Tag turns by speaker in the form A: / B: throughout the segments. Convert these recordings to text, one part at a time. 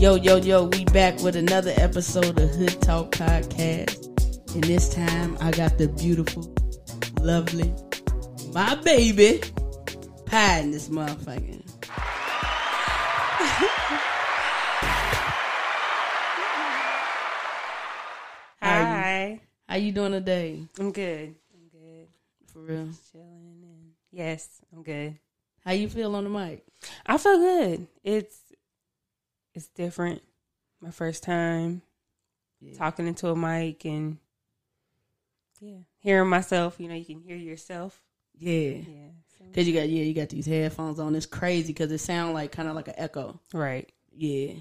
A: Yo, yo, yo, we back with another episode of Hood Talk Podcast. And this time I got the beautiful, lovely, my baby, pie in this motherfucker. How are you?
B: Hi.
A: How you doing today?
B: I'm good. I'm good.
A: For real.
B: Chilling. And yes, I'm good.
A: How you feel on the mic?
B: I feel good. It's it's different. My first time
A: Yeah.
B: talking into a mic and yeah, hearing myself. You know, you can hear yourself.
A: Yeah.
B: Yeah. so-
A: Cause you got yeah, you got these headphones on. It's crazy because it sound like kind of like an echo.
B: Right.
A: Yeah.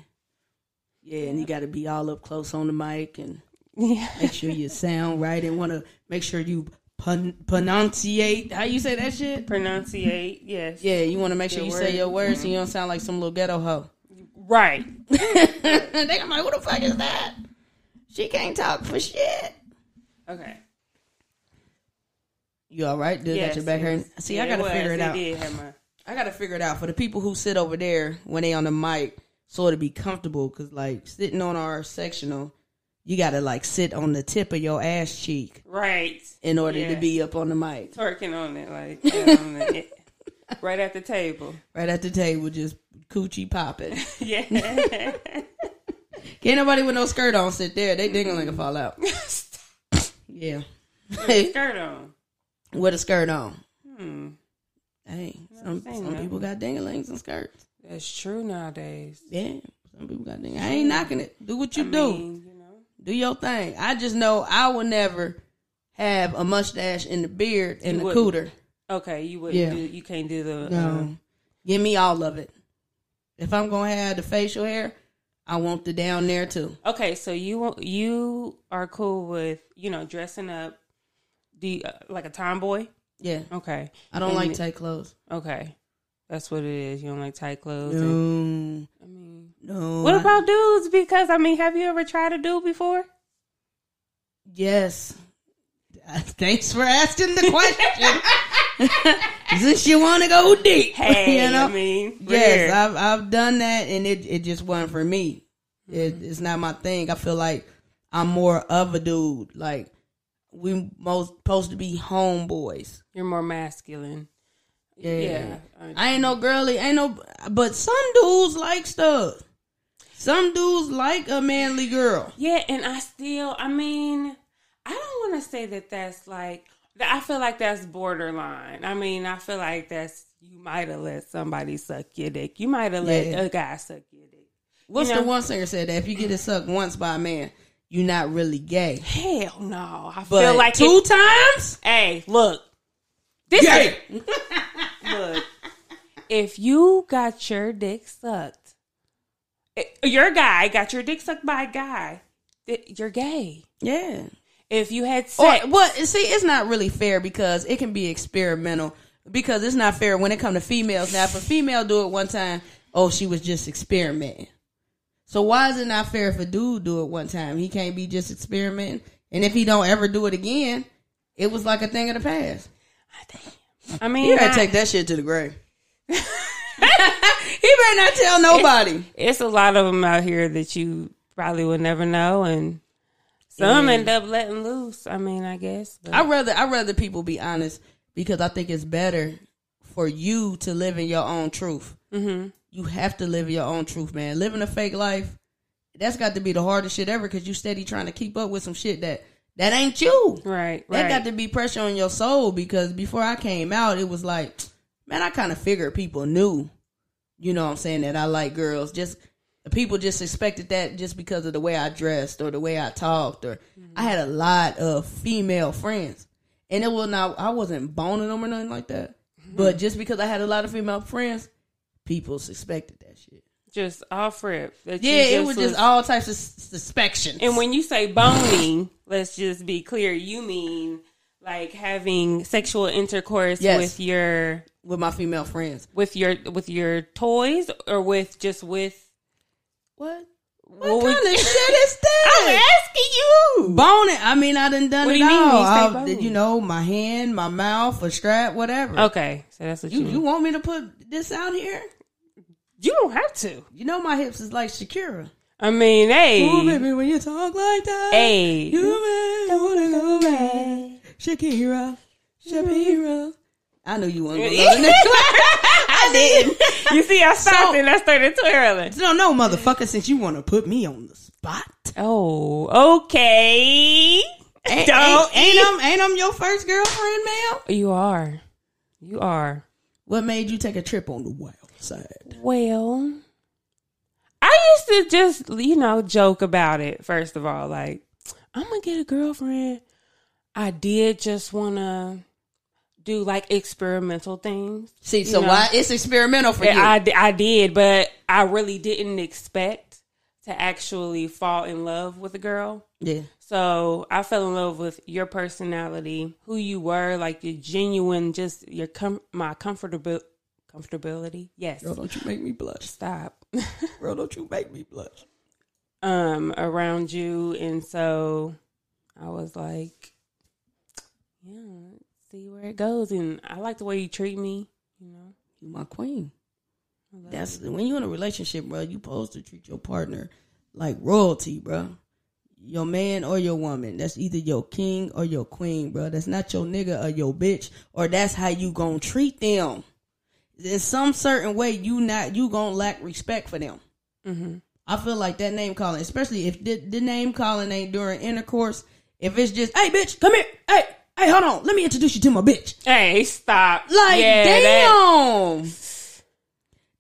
A: Yeah, and you got to be all up close on the mic and
B: Yeah.
A: make sure you sound right and want to make sure you pron- pronunciate. How you say that shit?
B: Pronunciate. Yes.
A: Yeah, you want to make sure
B: Your
A: you say
B: words.
A: your words Mm-hmm. so you don't sound like some little ghetto hoe.
B: Right.
A: they I'm like, who the fuck is that? She can't talk for shit.
B: Okay.
A: You all right? Dude, got your back hurting.
B: yes.
A: See,
B: Yeah,
A: I gotta
B: was.
A: figure it out.
B: did have my-
A: I gotta figure it out for the people who sit over there when they on the mic, sort of be comfortable. Cause like sitting on our sectional, you gotta like sit on the tip of your ass cheek
B: Right.
A: in order to
B: Yeah.
A: be up on the mic,
B: Twerking on it like yeah, on the- yeah. right at the table.
A: right at the table, just coochie popping.
B: Yeah.
A: Can't nobody with no skirt on sit there. They dingle gonna fall out. Yeah,
B: skirt on.
A: with a skirt on.
B: Hmm.
A: Hey, some,
B: saying
A: some
B: that.
A: people got dinglings and skirts.
B: That's true nowadays.
A: Yeah, some people got dinglings. I ain't knocking it. Do what you
B: I
A: do.
B: mean, you know.
A: do your thing. I just know I will never have a mustache and a beard and
B: You
A: a
B: wouldn't.
A: cooter.
B: Okay, you wouldn't
A: Yeah.
B: do you can't do the uh,
A: Um, give me all of it. If I'm gonna have the facial hair, I want the down there too.
B: Okay, so you won't- you are cool with, you know, dressing up do you, uh, like a tomboy?
A: Yeah,
B: Okay.
A: I don't
B: And-
A: like tight clothes.
B: Okay. That's what it is. You don't like tight clothes. and-
A: No,
B: I mean,
A: no.
B: what
A: I-
B: about dudes? Because I mean, have you ever tried a dude before?
A: yes? Thanks for asking the question. Since you want to go deep,
B: Hey,
A: you know?
B: I mean,
A: Yes,
B: we're-
A: I've I've done that, and it it just wasn't for me. It,
B: Mm-hmm.
A: it's not my thing. I feel like I'm more of a dude. Like we most supposed to be homeboys.
B: you're more masculine.
A: Yeah.
B: I-
A: I ain't no girly. Ain't no. But some dudes like stuff. Some dudes like a manly girl.
B: Yeah, and I still, I mean, I don't want to say that that's like, that- I feel like that's borderline. I mean, I feel like that's, you might have let somebody suck your dick. You might have let
A: Yeah.
B: a guy suck your dick.
A: What's
B: know-
A: the one singer said that if you get it sucked once by a man, you're not really gay.
B: Hell no. I
A: But
B: feel like,
A: two
B: it-
A: times,
B: hey, look, this
A: gay.
B: is, look, if you got your dick sucked, i- your guy got your dick sucked by a guy, th- you're gay.
A: Yeah.
B: If you had sex,
A: Or, well, see, it's not really fair because it can be experimental. Because it's not fair when it comes to females. Now, if a female do it one time, oh, she was just experimenting. So why is it not fair if a dude do it one time? He can't be just experimenting. And if he don't ever do it again, it was like a thing of the past.
B: I mean,
A: He better
B: I-
A: take that shit to the grave. he better not tell nobody.
B: it's a lot of them out here that you probably will never know, and some end up letting loose. I mean, I guess. But
A: I rather I rather people be honest because I think it's better for you to live in your own truth. Mm-hmm. You have to live your own truth, man. Living a fake life, that's got to be the hardest shit ever because you steady trying to keep up with some shit that that ain't you.
B: right, right.
A: That got to be pressure on your soul because before I came out, it was like, man, I kind of figured people knew, you know what I'm saying, that I like girls. Just people just expected that just because of the way I dressed or the way I talked or
B: Mm-hmm.
A: I had a lot of female friends. And it was not I wasn't boning them or nothing like that.
B: Mm-hmm.
A: But just because I had a lot of female friends, people suspected that shit.
B: just off rip. That you
A: Yeah, it was
B: just
A: just
B: was-
A: all types of sus- suspections.
B: And when you say boning, let's just be clear. You mean like having sexual intercourse
A: Yes.
B: with your
A: with my female friends.
B: with your with your toys or with just with
A: What? What
B: Well, we-
A: kind of shit is that?
B: I'm asking you.
A: Bone it. I mean, I done done
B: What
A: it
B: do you mean when
A: all.
B: you say
A: I'll-
B: bone it?
A: you know, my hand, my mouth, a strap, whatever.
B: Okay, so that's what you
A: You,
B: you,
A: you want me to put this out here?
B: you don't have to.
A: You know, my hips is like Shakira.
B: I mean, hey,
A: Ooh, baby, when you talk like that,
B: hey,
A: you make me wanna go back. Shakira, Shapira. I knew you wasn't gonna know the next I didn't.
B: you see, I stopped
A: So-
B: and I started twirling.
A: No, no, motherfucker, since you want to put me on the spot.
B: Oh, okay. Eh,
A: Ain't,
B: Don't
A: ain't, ain't, I'm, ain't I'm your first girlfriend, ma'am?
B: You are, you are.
A: What made you take a trip on the wild side?
B: Well, I used to just, you know, joke about it, first of all. Like, I'm going to get a girlfriend. I did just want to do like experimental things.
A: See,
B: so why-
A: it's experimental for
B: And I, d- I did, but I really didn't expect to actually fall in love with a girl.
A: yeah,
B: So I fell in love with your personality, who you were, like your genuine, just your com- my comfortable comfortability. Yes,
A: girl, don't you make me blush.
B: stop.
A: Girl, don't you make me blush.
B: um around you and so i was like yeah see where it goes and i like the way you treat me you know
A: You my queen. That's when you in a relationship, bro. You supposed to treat your partner like royalty, bro. Your man or your woman. That's either your king or your queen, bro. That's not your nigga or your bitch, or that's how you gonna treat them. In some certain way, you not you gonna lack respect for them.
B: mm-hmm.
A: I feel like that name calling, especially if the, the name calling ain't during intercourse. If it's just, hey, bitch, come here, hey, hey, hold on, let me introduce you to my bitch.
B: hey stop
A: Like,
B: Yeah, that-
A: damn.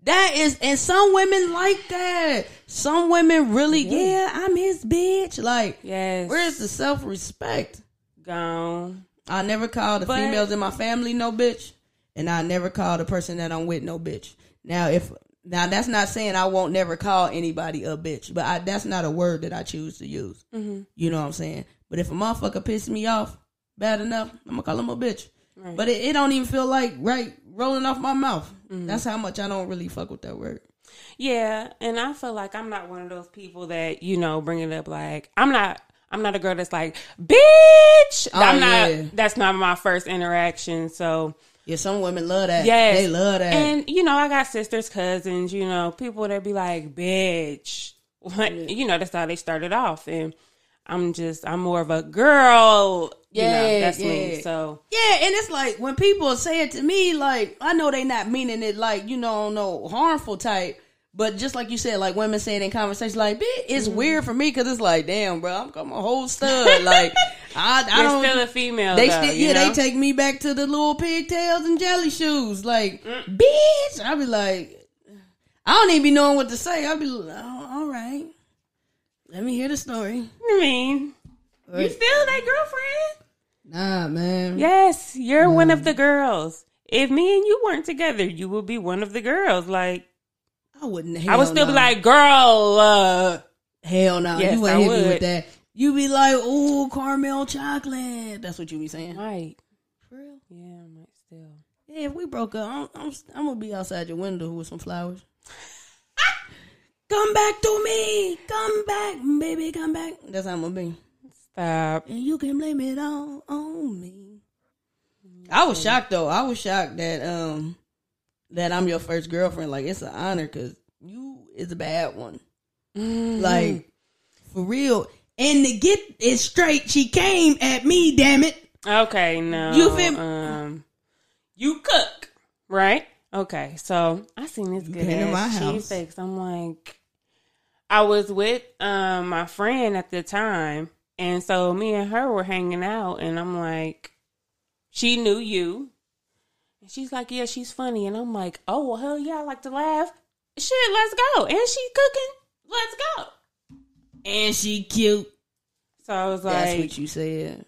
A: that is, and some women like that. Some women really, yeah, I'm his bitch. Like,
B: yes
A: where's the self respect?
B: gone
A: I never call the
B: But-
A: females in my family no bitch, and I never call the person that I'm with no bitch. Now, if now that's not saying I won't never call anybody a bitch, but I, that's not a word that I choose to use.
B: Mm-hmm.
A: You know what I'm saying? But if a motherfucker pisses me off bad enough, I'm gonna call him a bitch. But it, it don't even feel like right rolling off my mouth.
B: Mm-hmm.
A: That's how much I don't really fuck with that word.
B: yeah and i feel like i'm not one of those people that you know bring it up like i'm not i'm not a girl that's like bitch i'm not
A: Oh, yeah.
B: that's not my first interaction so
A: Yeah, some women love that.
B: Yes.
A: they love that.
B: And you know, I got sisters, cousins, you know, people that be like, bitch. What you know, that's how they started off. And I'm just I'm more of a girl. you
A: Yeah,
B: know, that's me.
A: yeah.
B: So
A: Yeah, and it's like when people say it to me, like I know they not meaning it, like you know, no harmful type. But just like you said, like women saying in conversation, like "Bitch," it's
B: Mm-hmm.
A: weird for me because it's like, damn, bro, I'm, I'm a whole stud. Like I, I
B: you're still
A: don't.
B: a female.
A: They
B: though,
A: still,
B: you
A: yeah,
B: know?
A: they take me back to the little pigtails and jelly shoes, like
B: Mm.
A: bitch. I be like, I don't even be knowing what to say. I be, like, oh, all right, let me hear the story.
B: I mean you still that girlfriend?
A: Nah, man.
B: Yes, you're one of the girls. If me and you weren't together, you would be one of the girls. Like
A: I wouldn't.
B: I
A: hell
B: would still be
A: no.
B: like, girl, uh,
A: Hell no,
B: Yes,
A: you ain't
B: I
A: hit me with
B: would.
A: that. You be like, "Ooh, caramel chocolate." That's what you be saying.
B: might.
A: For real?
B: Yeah, I might still.
A: Yeah, if we broke up, I'm, I'm, I'm gonna be outside your window with some flowers. come back to me, come back, baby, come back. That's how I'm gonna be,
B: Stop.
A: and you can blame it all on me. I was shocked though. I was shocked that um that I'm your first girlfriend. Like it's an honor because you is a bad one.
B: Mm-hmm.
A: Like for real. And to get it straight, she came at me, damn it.
B: Okay, no.
A: You feel-
B: um you cook, right? Okay, so I seen this good
A: came to my
B: ass cheese
A: house.
B: steaks. I'm like I was with um my friend at the time and so me and her were hanging out and I'm like she knew you. And she's like, Yeah, she's funny and I'm like, Oh well hell yeah, I like to laugh. Shit, let's go. And she cooking, let's go.
A: And she cute.
B: So I was
A: That's
B: like
A: what you said.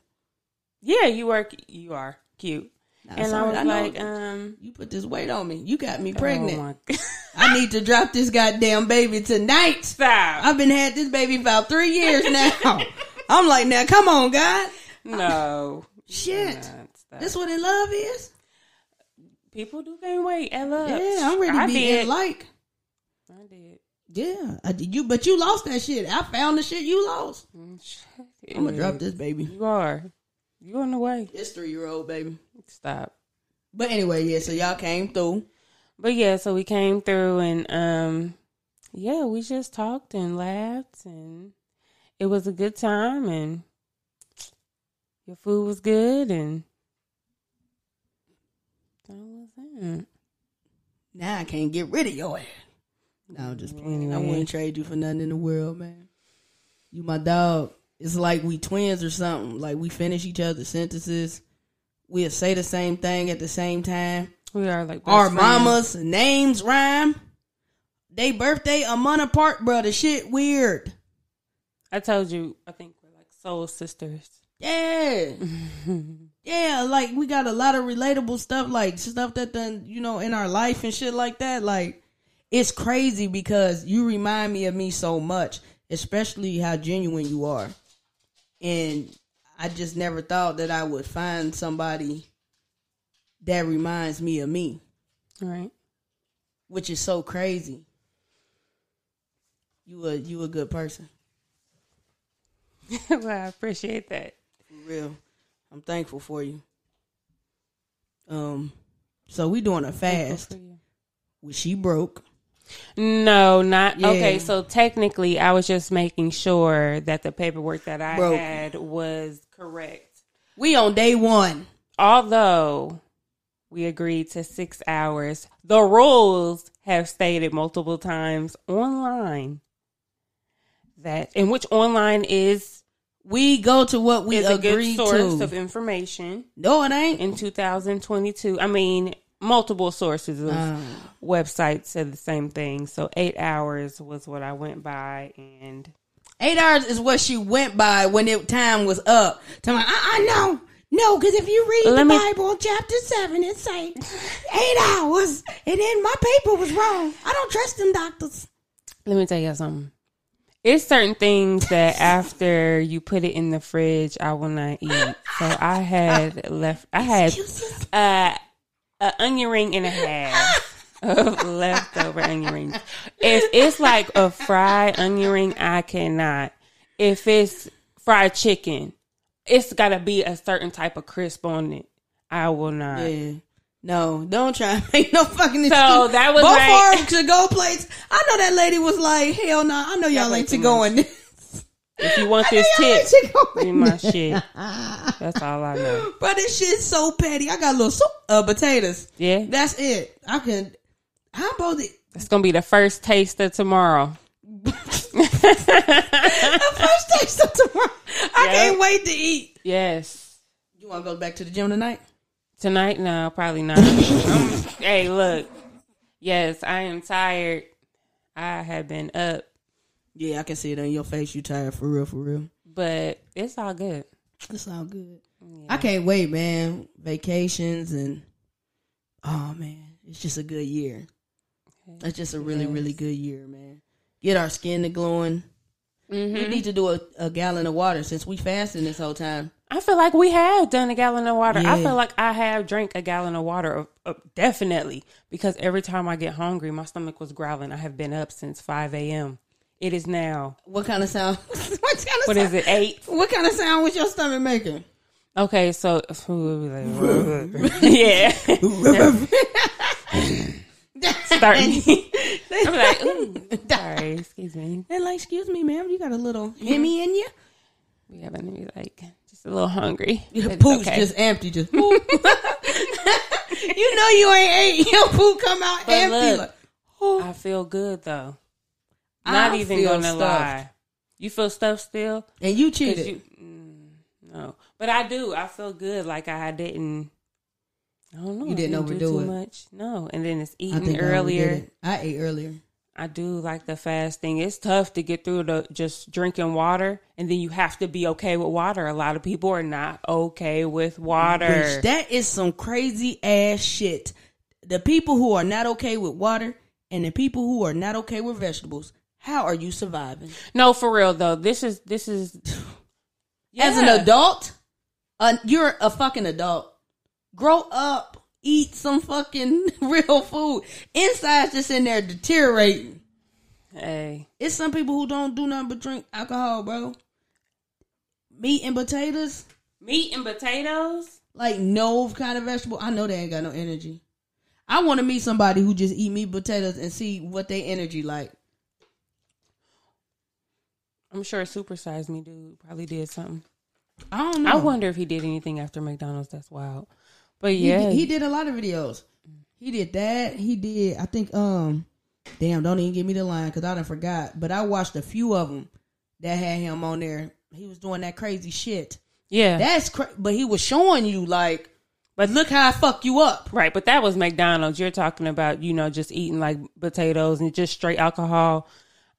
B: Yeah, you are you are cute.
A: Nah,
B: and
A: sorry,
B: I was
A: I know.
B: like, um,
A: You put this weight on me. You got me pregnant.
B: Oh my God.
A: I need to drop this goddamn baby tonight.
B: Stop.
A: I've been had this baby for about three years now. I'm like, now come on, God.
B: no.
A: Shit.
B: Not stop.
A: This what in love is?
B: People do gain weight. And look,
A: Yeah, I'm ready to
B: I
A: be
B: did.
A: in like.
B: I did.
A: Yeah, I, you but you lost that shit. I found the shit you lost.
B: Mm, shit.
A: I'm gonna drop this baby.
B: You are. You on the way.
A: It's three year old baby.
B: Stop.
A: But anyway, yeah. So y'all came through.
B: But yeah, so we came through and um yeah, we just talked and laughed, and it was a good time, and your food was good, and that was it.
A: Now I can't get rid of your ass. No, I'm just playing.
B: Mm-hmm.
A: I wouldn't trade you for nothing in the world, man. You my dog. It's like we twins or something. Like we finish each other's sentences. We'll say the same thing at the same time.
B: We are like best
A: Our
B: friends.
A: mamas' names rhyme. They birthday a month apart, bro. The shit weird.
B: I told you, I think we're like soul sisters.
A: Yeah. yeah, like we got a lot of relatable stuff, like stuff that done, you know, in our life and shit like that. Like it's crazy because you remind me of me so much, especially how genuine you are. And I just never thought that I would find somebody that reminds me of me,
B: Right.
A: which is so crazy. You a you a good person.
B: well, I appreciate that.
A: For real. I'm thankful for you. Um so we doing a fast. Well, she broke.
B: No, not
A: Yeah.
B: okay. So technically, I was just making sure that the paperwork that I
A: Broke.
B: had was correct.
A: We on day one.
B: Although we agreed to six hours, the rules have stated multiple times online that, and which online is
A: We go to what we
B: is a good
A: agree
B: source
A: to.
B: of information.
A: no, it ain't.
B: in 2022. I mean, multiple sources of websites said the same thing. So eight hours was what I went by, and
A: Eight hours is what she went by when it time was up. So I'm like, uh-uh, no. No, because if you read
B: Let
A: the
B: me-
A: Bible, chapter 7, it say eight hours. And then my paper was wrong. I don't trust them doctors.
B: let me tell you something. It's certain things that after you put it in the fridge, I will not eat. So I had left. I had
A: Excuses.
B: uh, an onion ring and a half of leftover onion rings. If it's like a fried onion ring, I cannot. If it's fried chicken, it's got to be a certain type of crisp on it. I will not.
A: Yeah. No, don't try and make no fucking excuse.
B: So, that was
A: Both
B: right.
A: our to go plates. I know that lady was like, hell no, I know y'all
B: plate
A: ain't
B: too
A: to going.
B: If you want this
A: Y'all ain't
B: tip,
A: to go
B: give me my shit. That's all I know.
A: Bro, this shit's so petty. I got little soup, uh, potatoes.
B: Yeah,
A: That's it. I can. I'm supposed to.
B: that's gonna be the first taste of tomorrow.
A: The first taste of tomorrow. I
B: Yeah.
A: can't wait to eat.
B: Yes.
A: You want to go back to the gym tonight?
B: Tonight? No, probably not. I'm- hey, look. Yes, I am tired. I have been up,
A: Yeah, I can see it on your face. You tired for real, for real.
B: but it's all good.
A: It's all good. I can't wait, man. Vacations and oh man, it's just a good year. It's just a really, really good year, man. Get our skin to glowing.
B: Mm-hmm.
A: We need to do a, a gallon of water since we fasting this whole time.
B: I feel like we have done a gallon of water. I
A: Yeah.
B: feel like I have drank a gallon of water, of, of- definitely, because every time I get hungry, my stomach was growling. I have been up since 5 a.m. It is now,
A: What kind of sound? what kind of
B: what
A: sound?
B: is it, 8?
A: What kind of sound was your stomach making?
B: Okay, so, yeah. Start me. I'm like, ooh, sorry, excuse me.
A: And like, excuse me, ma'am, you got a little hemi in you.
B: We have to be like just a little hungry.
A: Your
B: It's
A: poop's
B: okay.
A: just empty. Just poop. you know you ain't ate. Your poop come out
B: But
A: empty.
B: look,
A: like, oh,
B: I feel good though.
A: I
B: Not even
A: feel
B: gonna
A: stuffed.
B: lie. You feel stuffed still?
A: And you
B: 'Cause
A: cheated.
B: you- mm, no, but I do. I feel good. Like I didn't. I don't know.
A: You
B: I
A: didn't
B: do
A: overdo
B: too
A: it.
B: much. No, and then it's
A: I
B: eating
A: think I already did
B: earlier.
A: it. I ate earlier.
B: I do like the fasting. It's tough to get through the just drinking water, and then you have to be okay with water. A lot of people are not okay with water.
A: Bitch, that is some crazy ass shit. The people who are not okay with water and the people who are not okay with vegetables. How are you surviving?
B: No, for real though. This is this is
A: As an
B: Yeah.
A: adult, uh, you're a fucking adult. Grow up, eat some fucking real food. Inside's just in there deteriorating.
B: Hey,
A: It's some people who don't do nothing but drink alcohol, bro. Meat and potatoes,
B: meat and potatoes.
A: like no kind of vegetable. I know they ain't got no energy. I want to meet somebody who just eat meat and potatoes and see what they energy like.
B: I'm sure supersized me dude probably did something.
A: I don't know.
B: I wonder if he did anything after McDonald's. That's wild. But
A: He
B: yeah,
A: did- he, did a lot of videos. He did that. He did. I think. Um, damn, don't even give me the line because I done forgot. But I watched a few of them that had him on there. He was doing that crazy shit.
B: yeah,
A: That's cra- but he was showing you like, but look how I fuck you up.
B: right. But that was McDonald's. You're talking about you know just eating like potatoes and just straight alcohol.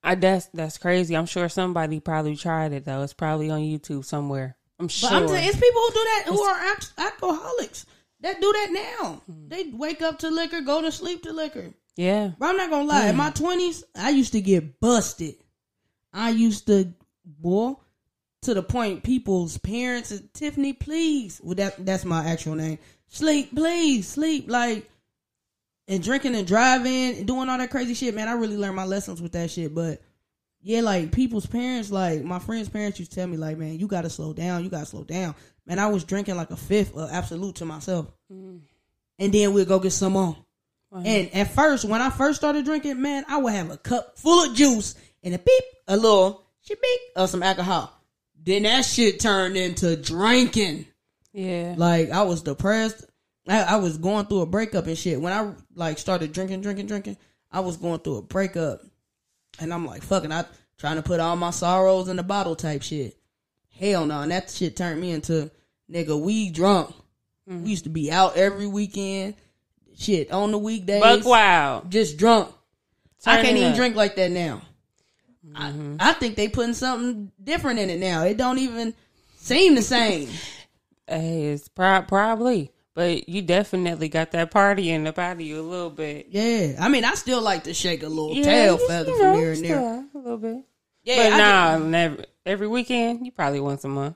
B: I that's that's crazy. I'm sure somebody probably tried it though. It's probably on YouTube somewhere. I'm sure.
A: But I'm saying it's people who do that who are act- alcoholics that do that now.
B: Hmm.
A: They wake up to liquor, go to sleep to liquor.
B: yeah,
A: Bro, I'm not gonna lie. In my twenties, I used to get busted. I used to, boy, to the point people's parents and Tiffany, please. Well, that that's my actual name. Sleep, please, sleep. Like, and drinking and driving and doing all that crazy shit, man. I really learned my lessons with that shit. But yeah, like people's parents, like my friends' parents used to tell me, like, man, you gotta slow down. You gotta slow down. Man, I was drinking like a fifth of absolute to myself, and then we'd go get some on.
B: Wow.
A: And at first, when I first started drinking, man, I would have a cup full of juice and a beep, a little beep of some alcohol. Then that shit turned into drinking.
B: yeah.
A: Like I was depressed. I, I was going through a breakup and shit. When I like started drinking, drinking, drinking, I was going through a breakup, and I'm like, fucking, I trying to put all my sorrows in the bottle type shit. Hell no, and that shit turned me into nigga. We drunk. We used to be out every weekend. Shit on the weekdays
B: Buck wild.
A: just drunk. I
B: Turn
A: can't
B: it
A: even
B: up. Mm-hmm.
A: drink like that now. I, I think they putting something different in it now. It don't even seem the same.
B: Hey, it's prob- probably, but you definitely got that party in the body you a little bit.
A: yeah, I mean, I still like to shake a little
B: Yeah,
A: tail
B: you-
A: feather
B: you
A: from
B: know,
A: here and there.
B: still a little bit.
A: Yeah,
B: but
A: I
B: nah, never. Every weekend, you probably once a month.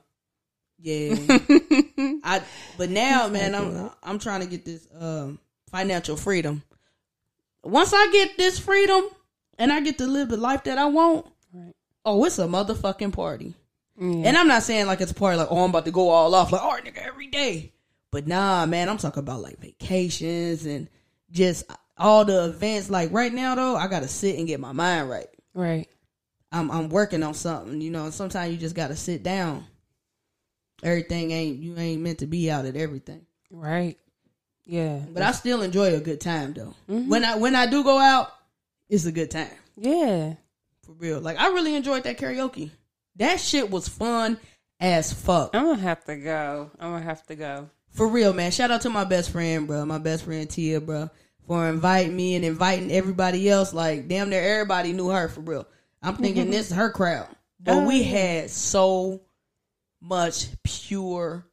A: just- yeah. I but now, man, I'm I'm trying to get this um, financial freedom. Once I get this freedom and I get to live the life that I want,
B: Right.
A: oh, it's a motherfucking party.
B: Yeah.
A: And I'm not saying like it's a party like, oh, I'm about to go all off, like, all right, nigga, every day. But nah, man, I'm talking about like vacations and just all the events. Like right now though, I gotta sit and get my mind right.
B: Right.
A: I'm I'm working on something, you know, and sometimes you just gotta sit down. Everything ain't you ain't meant to be out at everything.
B: Right. Yeah.
A: But I still enjoy a good time though. When I when I do go out, it's a good time.
B: Yeah.
A: For real. Like I really enjoyed that karaoke. That shit was fun as fuck.
B: I'm gonna have to go. I'm gonna have to go.
A: For real, man. Shout out to my best friend, bro. My best friend Tia, bro, for inviting me and inviting everybody else. Like, damn near everybody knew her for real. I'm thinking this is her crowd. But we had so much pure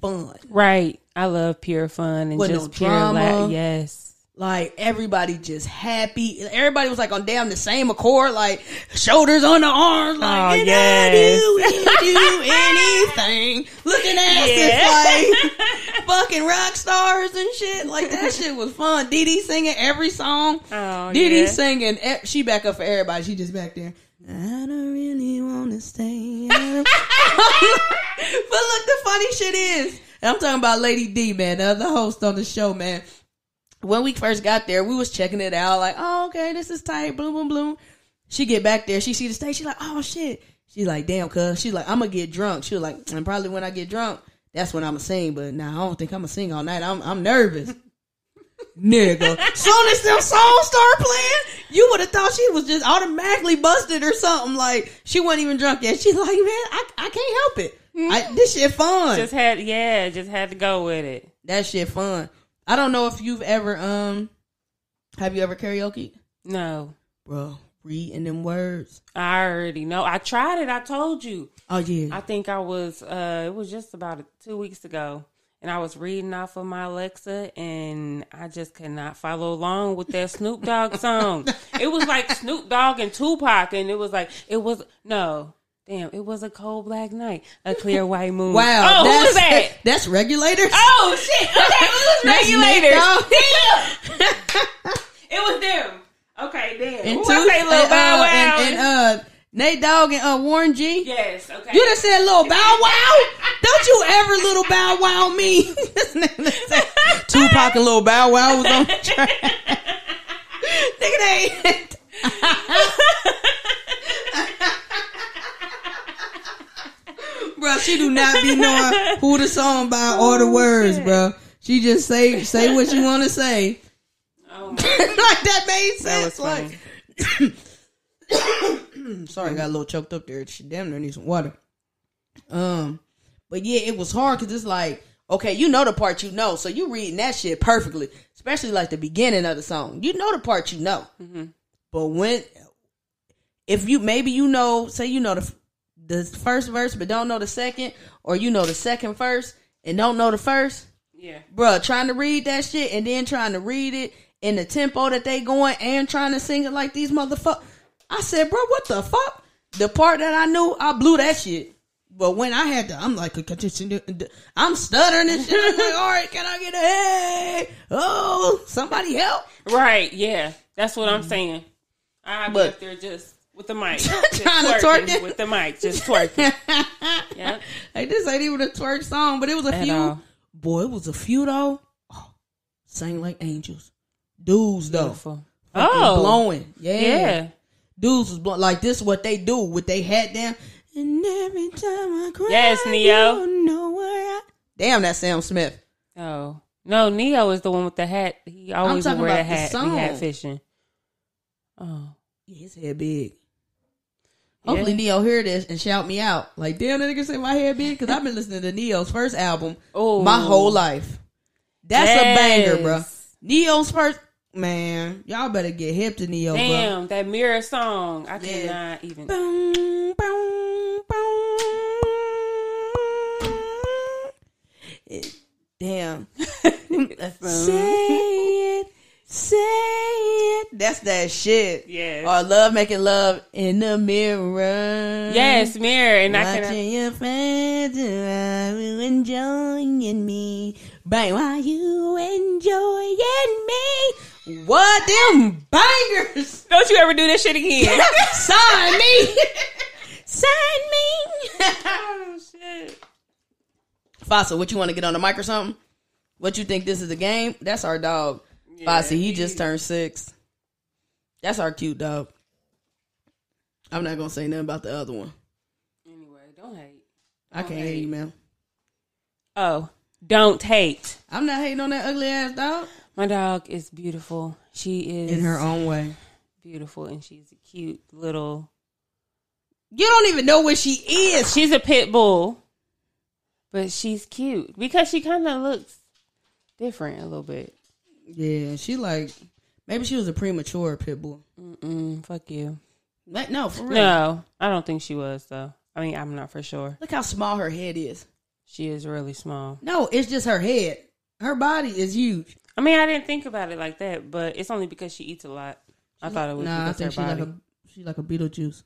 A: fun.
B: Right. I love pure fun and
A: With
B: just
A: no
B: pure la-
A: drama.
B: Yes.
A: Like everybody just happy. Everybody was like on damn the same accord, like shoulders on the arms, like
B: Oh,
A: and
B: yes.
A: I do, you do anything. Looking at us it's like fucking rock stars and shit. Like that shit was fun. Dee Dee singing every song.
B: Oh,
A: Dee Dee
B: yeah.
A: singing. e- She back up for everybody. She just back there. I don't really want to stay. up." but look, the funny shit is, and I'm talking about Lady D, man, the other host on the show, man. When we first got there, we was checking it out, like, oh, okay, this is tight, bloom, bloom, bloom. She get back there, she see the stage, she like, oh shit. She like, damn, cuz. She like, I'm gonna get drunk. She was like, and probably when I get drunk, that's when I'ma sing. But nah, I don't think I'ma sing all night. I'm I'm nervous. Nigga. Soon as them songs start playing, you would have thought she was just automatically busted or something. Like she wasn't even drunk yet. She like, man, I, I can't help it. I, this shit fun.
B: Just had yeah. Just had to go with it.
A: that shit fun. I don't know if you've ever um have you ever karaoke?
B: No.
A: Bro, read in them words.
B: I already know. I tried it. I told you.
A: Oh yeah.
B: I think I was uh it was just about two weeks ago and I was reading off of my Alexa and I just could not follow along with that Snoop Dogg song. it was like Snoop Dogg and Tupac and it was like it was no. Damn, it was a cold black night, a clear white moon.
A: wow. that's,
B: Oh, who was that?
A: That's regulators.
B: Oh shit. Okay, it
A: That's
B: was regulators.
A: Snoop Dogg.
B: Damn. it was them. Okay, damn.
A: and
B: Who
A: two,
B: I say Lil
A: and,
B: Bow
A: uh,
B: Wow?
A: and, and uh Nate Dogg and uh Warren G.
B: yes, okay.
A: You done said little bow wow. Don't you ever little bow wow me. Tupac and little bow wow was on the track. Nigga, they ain't. bro, she do not be knowing who the song by or
B: Oh,
A: the words, bro. She just say say what you want to say.
B: Oh,
A: like that made sense.
B: was funny. Mm-hmm.
A: like, sorry, I got a little choked up there. She damn near need some water. Um, but yeah, it was hard because it's like, okay, you know the part you know, so you reading that shit perfectly, especially like the beginning of the song. You know the part you know,
B: Mm-hmm.
A: but when if you maybe you know, say you know the the first verse, but don't know the second, or you know the second verse and don't know the first
B: yeah.
A: bruh, trying to read that shit and then trying to read it in the tempo that they going and trying to sing it like these motherfuckers. I said, bruh, what the fuck? The part that I knew, I blew that shit. But when I had to, I'm like, I'm stuttering and shit. I'm like, all right, can I get a hey? Oh, somebody help!
B: Right, yeah. That's what I'm saying. I
A: Mm-hmm.
B: be
A: But-
B: up there just with the mic.
A: Trying to
B: just
A: twerk
B: twerking
A: it.
B: With the mic, just twerking. yep.
A: Like this ain't even a twerk song, but it was a
B: At
A: few.
B: all.
A: Boy, it was a few though. Oh, sang like angels, dudes though.
B: Beautiful.
A: Fucking
B: Oh.
A: blowing, yeah.
B: Yeah.
A: dudes was blown. Like this, what they do with they hat down. And every time I cry,
B: Yes, Neo.
A: you know where I- Damn, that Sam Smith.
B: Oh. No, Neo is the one with the hat. He always
A: talking
B: wear a
A: about the
B: hat.
A: song.
B: He had fishing. Oh.
A: Yeah, his head big. Hopefully Neo hear this and shout me out. Like, damn, that nigga say my head big because I've been listening to Neo's first album
B: Oh.
A: my whole life. That's a banger, bro.
B: Yes.
A: Neo's first man. Y'all better get hip to Neo, bro.
B: Damn, that mirror song.
A: Yeah.
B: I cannot even.
A: Boom, boom, boom. It- Damn. say it, say it. That's that shit.
B: Yes.
A: Or love making love in the mirror.
B: Yes, mirror, and I cannot.
A: Watching your friends around, enjoying me. Bang, while you enjoying me. What them bangers?
B: Don't you ever do this shit again?
A: Sign me. Sign me.
B: oh shit.
A: Fossil, what you want to get on the mic or something? What you think this is a game? That's our dog. Fosse, he just turned six. That's our cute dog. I'm not gonna say nothing about the other one.
B: Anyway, don't hate.
A: I can't hear you, man.
B: Oh, don't hate.
A: I'm not hating on that ugly ass dog.
B: My dog is beautiful. She is
A: In her own way.
B: beautiful, and she's a cute little.
A: You don't even know where she is.
B: She's a pit bull, but she's cute because she kind of looks different a little bit.
A: Yeah, she like maybe she was a premature pit bull.
B: Mm-mm, fuck you.
A: Like, no, for real.
B: No, I don't think she was though. I mean, I'm not for sure.
A: Look how small her head is.
B: She is really small.
A: No, it's just her head. Her body is huge.
B: I mean, I didn't think about it like that, but it's only because she eats a lot. I thought it was
A: Nah, I think Oh,
B: because
A: she
B: her
A: like
B: body.
A: a she like a Beetlejuice.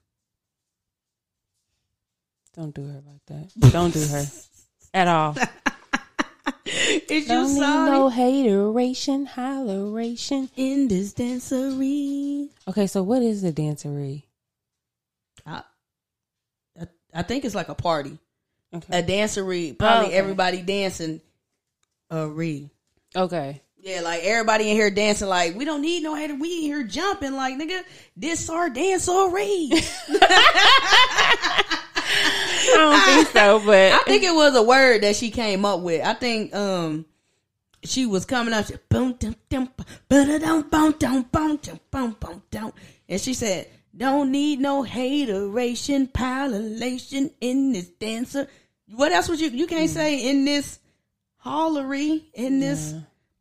B: Don't do her like that. Don't do her at all.
A: Is you
B: Don't need
A: sorry?
B: no hateration, holleration.
A: In this dancery,
B: Okay, so what is the dancery?
A: I, I I think it's like a party,
B: Okay.
A: a dancery. Probably
B: okay.
A: everybody dancing. A re.
B: Okay.
A: Yeah, like everybody in here dancing. Like we don't need no head. We in here jumping. Like nigga, this our dance already.
B: I don't think so, but
A: I think it was a word that she came up with. I think um she was coming up, she, boom, dum, dum, ba-da-dum, boom, dum, boom, dum, boom, boom, dum. and she said, "Don't need no hateration, pilation in this dancer." What else would you? You can't say in this hollery, in this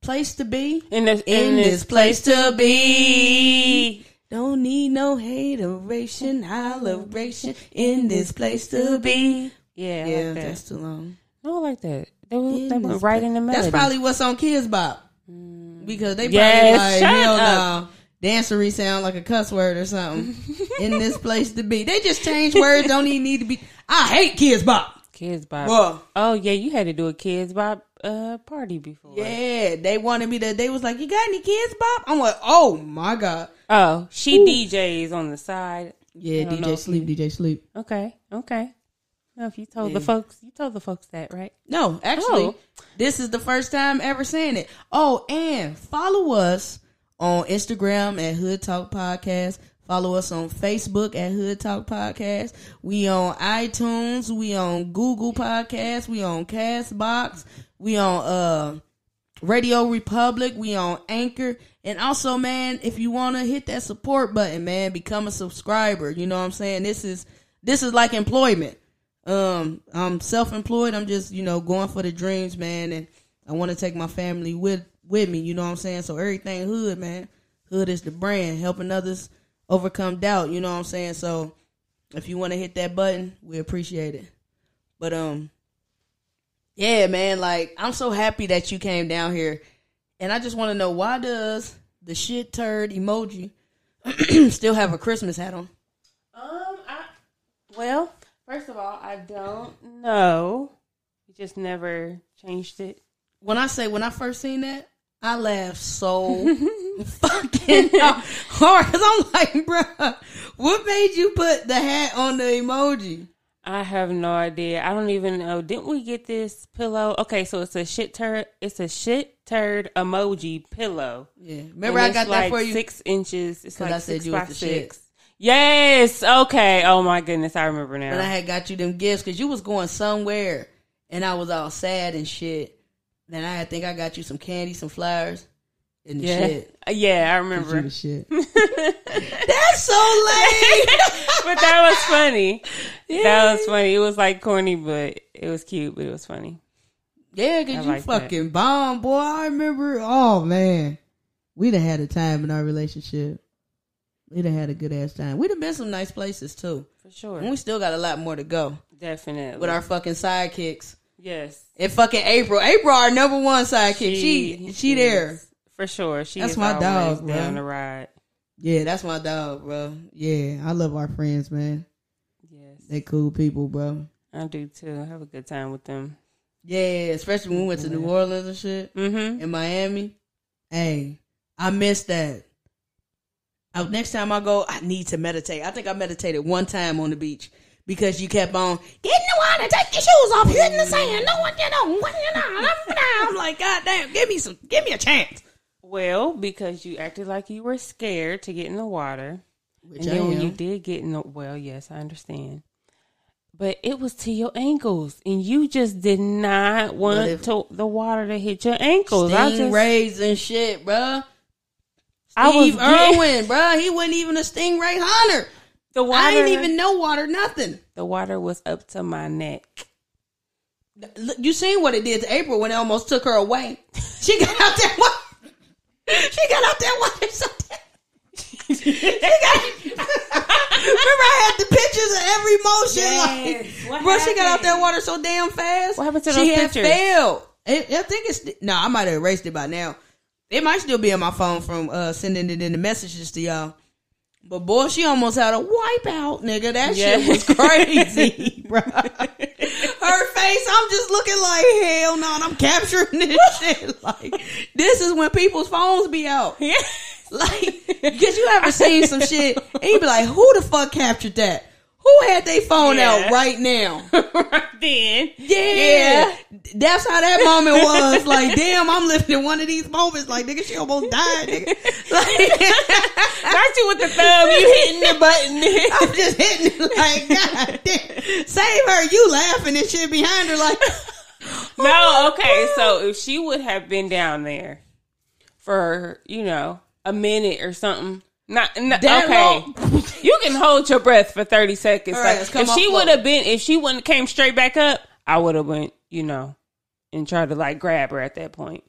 A: place to be,
B: in this
A: in this place to be.
B: be.
A: Don't need no hateration, holleration in this place to be.
B: Yeah, I
A: Yeah,
B: like that.
A: that's too long.
B: no, I like that. They, was,
A: In
B: they
A: this
B: went right in the middle.
A: That's probably what's on Kids Bop. Because they probably
B: Mm. Yes,
A: like,
B: shut
A: hell
B: up.
A: no. Dancery sound like a cuss word or something. in this place to be. They just change words, don't even need to be. I hate Kids Bop.
B: kids bop.
A: Well,
B: Oh yeah, you had to do a kids bop uh, party before.
A: yeah, they wanted me to, they was like, you got any Kids Bop? I'm like, oh my God.
B: Oh, she DJs on the side.
A: Yeah,
B: don't know
A: DJ
B: if
A: Sleep, DJ Sleep.
B: Okay, okay. Now, if you told the folks, you told the folks that, right?
A: No, actually,
B: Oh.
A: this is the first time ever saying it. Oh, and follow us on Instagram at Hood Talk Podcast. Follow us on Facebook at Hood Talk Podcast. We on iTunes. We on Google Podcasts. We on Castbox. We on uh Radio Republic. We on Anchor. And also, man, if you wanna hit that support button, man, become a subscriber. You know what I'm saying? This is this is like employment. Um, I'm self employed. I'm just, you know, going for the dreams, man, and I wanna take my family with with me, you know what I'm saying? So everything hood, man. Hood is the brand, helping others overcome doubt, you know what I'm saying? So if you wanna hit that button, we appreciate it. But um yeah, man, like I'm so happy that you came down here. And I just want to know why does the shit turd emoji still have a Christmas hat on?
B: Um, I well, first of all, I don't know. You just never changed it.
A: When I say when I first seen that, I laughed so fucking hard because I'm like, bruh, what made you put the hat on the emoji?
B: I have no idea. I don't even know. Didn't we get this pillow? Okay, so it's a shit turd. It's a shit turd emoji pillow.
A: Yeah, remember I
B: And it's
A: got that
B: like
A: for you.
B: Six inches. It's
A: 'Cause
B: like
A: I said
B: six
A: you
B: by
A: was the shit.
B: six. Yes. Okay. Oh my goodness, I remember now.
A: when I had got you them gifts because you was going somewhere and I was all sad and shit. Then I think I got you some candy, some flowers, and the
B: yeah.
A: shit.
B: Yeah, I
A: Got you
B: remember.
A: the shit. That's so lame.
B: but that was funny. That was funny. It was like corny, but it was cute. But it was funny.
A: yeah,
B: I
A: cause you
B: like that.
A: fucking bomb, boy. I remember. Oh man, we done had a time in our relationship. We done had a good ass time. We done been some nice places too,
B: For sure.
A: and we still got a lot more to go
B: Definitely.
A: Mm-hmm. with our fucking sidekicks.
B: yes.
A: And fucking April, April, our number one sidekick. She, she, there.
B: is- For sure. She
A: That's
B: is
A: my
B: always
A: dog, bro.
B: down the ride.
A: Yeah, that's my dog, bro. Yeah, I love our friends, man.
B: Yes.
A: They cool people, bro.
B: I do too. I have a good time with them.
A: Yeah, especially when we went to New Orleans and shit
B: Mm-hmm.
A: in Miami. Hey, I missed that. Uh, next time I go, I need to meditate. I think I meditated one time on the beach because you kept on get in the water, take your shoes off, hit in the sand, no one, you know, what you know. I'm like, God damn, give me some, give me a chance.
B: Well, because you acted like you were scared to get in the water.
A: Which
B: And then when you did get in the well, yes, I understand. But it was to your ankles, and you just did not want
A: if-
B: to, the water to hit your ankles. I just,
A: stingrays and shit, bruh.
B: I was
A: Steve
B: getting-
A: Irwin, bruh. He wasn't even a stingray hunter.
B: the water,
A: I ain't even know water nothing.
B: the water was up to my neck.
A: Look, You seen what it did to April when it almost took her away. She got out that water. She got out that water. so that- she got, remember, I had the pictures of every motion.
B: Yes.
A: Like, bro,
B: What
A: she got out
B: happened?
A: that water so damn fast.
B: What happened to
A: she
B: those
A: had
B: pictures?
A: failed. I, I think it's no. I might have erased it by now. It might still be on my phone from uh, sending it in the messages to y'all. But boy, she almost had a wipeout, nigga. That shit
B: Yeah.
A: was crazy, bro. Her face, I'm just looking like hell no, and I'm capturing this shit. Like this is when people's phones be out. Like, because you ever seen some shit and you be like, who the fuck captured that? Who had they phone out
B: Yeah.
A: right now?
B: right then,
A: Yeah. That's how that moment was. Like, damn, I'm living in one of these moments. Like, nigga, she almost died, nigga. Like,
B: not you with the thumb. You hitting the button.
A: I'm just hitting it like, God damn. Save her. You laughing and shit behind her. Like,
B: no, okay. So if she would have been down there for you know a minute or something, not, not
A: That
B: okay.
A: long?
B: you can hold your breath for thirty seconds.
A: All right,
B: Like,
A: let's come
B: if
A: off
B: she
A: low.
B: would have been, if she wouldn't came straight back up, I would have went, you know, and tried to like grab her at that point.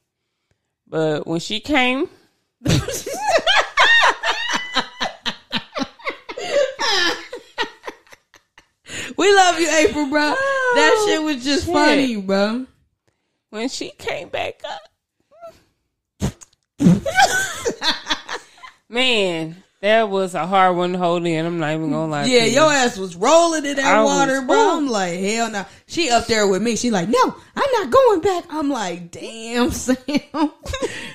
B: But when she came,
A: we love you, April, bro. that shit was just
B: Oh, shit.
A: funny, bro.
B: when she came back up, man, that was a hard one to hold in. I'm not even gonna lie.
A: Yeah,
B: to you.
A: your ass was rolling in that
B: I was-
A: water, bro.
B: Ooh.
A: I'm like, hell no. She up there with me. She like, no, I'm not going back. I'm like, damn, Sam.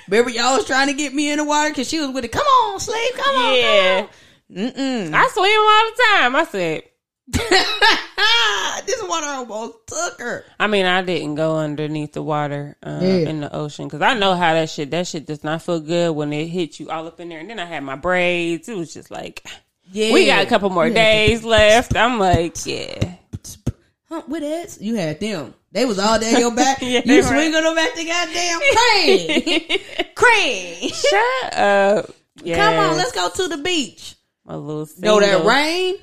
A: Remember y'all was trying to get me in the water because she was with it. Come on, slave. Come on.
B: Yeah.
A: Mm-mm.
B: I swim all the time. I said,
A: this water almost took her.
B: I mean, I didn't go underneath the water uh,
A: Yeah.
B: in the ocean because I know how that shit. That shit does not feel good when it hits you all up in there. And then I had my braids. It was just like
A: Yeah.
B: We got a couple more
A: Yeah.
B: days left. I'm like, yeah.
A: Hump with ass. You had them. They was all down your back.
B: Yeah, they
A: you
B: were.
A: swinging them at the goddamn crane. crane.
B: Shut up. Yes.
A: Come on, let's go to the beach.
B: My little
A: Though that
B: single
A: rain,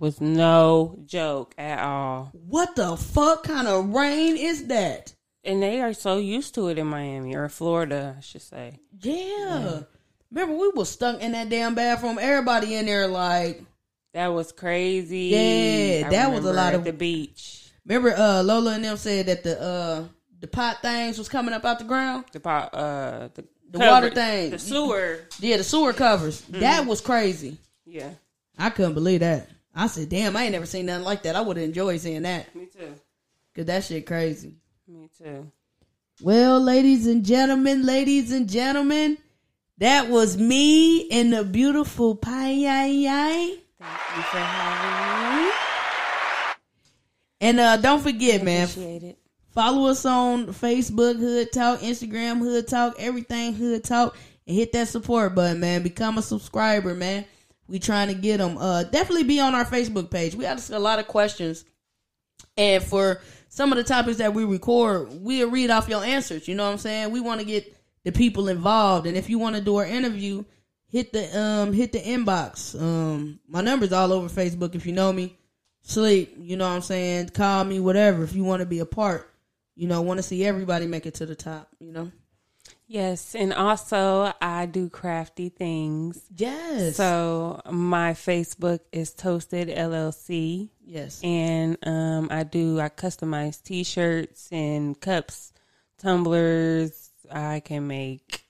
B: was no joke at all.
A: what the fuck kind of rain is that?
B: And they are so used to it in Miami or Florida, I should say.
A: Yeah. Remember, we was stuck in that damn bathroom. Everybody in there like.
B: That was crazy.
A: Yeah,
B: I
A: that was a
B: remember
A: lot
B: at
A: of-
B: the beach.
A: Remember, uh, Lola and them said that the uh the pot things was coming up out the ground.
B: The po- uh the,
A: The water
B: cover-
A: thing.
B: the sewer.
A: Yeah, the sewer covers.
B: Mm-hmm.
A: That was crazy.
B: Yeah,
A: I couldn't believe that. I said, damn, I ain't never seen nothing like that. I would have enjoyed seeing that.
B: me too.
A: Cause that shit crazy.
B: Me too.
A: Well, ladies and gentlemen, ladies and gentlemen, that was me and the beautiful Payayay.
B: Thank you for having me.
A: And uh don't forget, man,
B: Appreciate it.
A: follow us on Facebook, Hood Talk, Instagram, Hood Talk, everything Hood Talk, and hit that support button, man. Become a subscriber, man. We trying to get them. Uh, definitely be on our Facebook page. We ask a lot of questions, and for some of the topics that we record, we'll read off your answers. You know what I'm saying? We want to get the people involved, and if you want to do our interview, hit the um hit the inbox. Um, my number's all over Facebook. If you know me, sleep. You know what I'm saying? Call me, whatever. If you want to be a part, you know, want to see everybody make it to the top. You know.
B: Yes, and also I do crafty things.
A: Yes.
B: So my Facebook is Toasted LLC,
A: yes.
B: and um, I do I customize T-shirts and cups, tumblers. I can make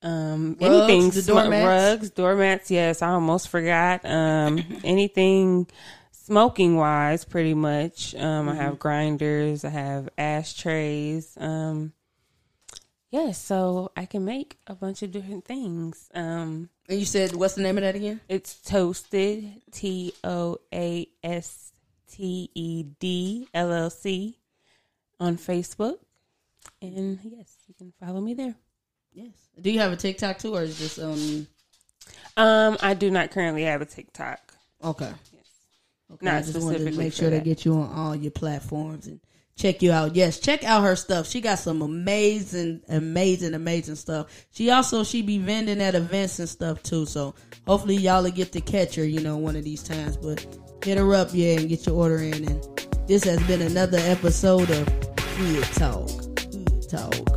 B: um,
A: Rugs,
B: anything.
A: the
B: sma-
A: doormats?
B: rugs, doormats. Yes, I almost forgot. Um, anything smoking wise, pretty much. Um, I
A: Mm-hmm.
B: have grinders. I have ashtrays. Um, yes, so I can make a bunch of different things. Um,
A: and you said what's the name of that again?
B: it's toasted T O A S T E D L L C on Facebook. And yes, you can follow me there.
A: Yes. Do you have a TikTok too, or is this um?
B: Um, I do not currently have a TikTok.
A: Okay. Okay.
B: Not
A: I just wanted to
B: specifically
A: make
B: for
A: sure they
B: that.
A: get you on all your platforms and check you out. Yes, check out her stuff. She got some amazing, amazing, amazing stuff. She also she be vending at events and stuff too. So hopefully y'all will get to catch her, you know, one of these times. But hit her up, yeah, and get your order in. And this has been another episode of Kid Talk. Kid Talk.